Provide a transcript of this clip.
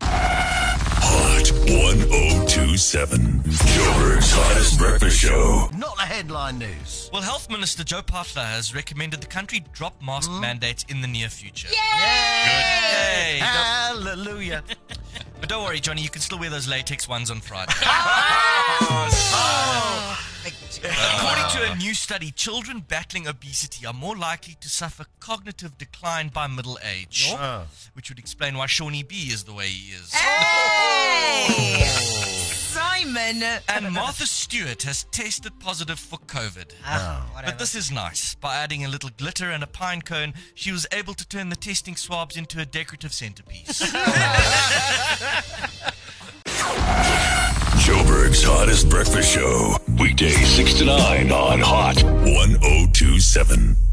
937. oh Joburg's hottest breakfast show. Not the headline news. Well, Health Minister Joe Pafla has recommended the country drop mask mandates in the near future. Yay! Hallelujah. But don't worry, Johnny, you can still wear those latex ones on Friday. According to a new study, children battling obesity are more likely to suffer cognitive decline by middle age, Oh. which would explain why Shawnee B is the way he is. Hey! Simon! And Martha Stewart has tested positive for COVID. Ah, whatever. But this is nice. By adding a little glitter and a pine cone, she was able to turn the testing swabs into a decorative centerpiece. Joburg's oh hottest breakfast show. Weekday 6 to 9 on Hot 1027.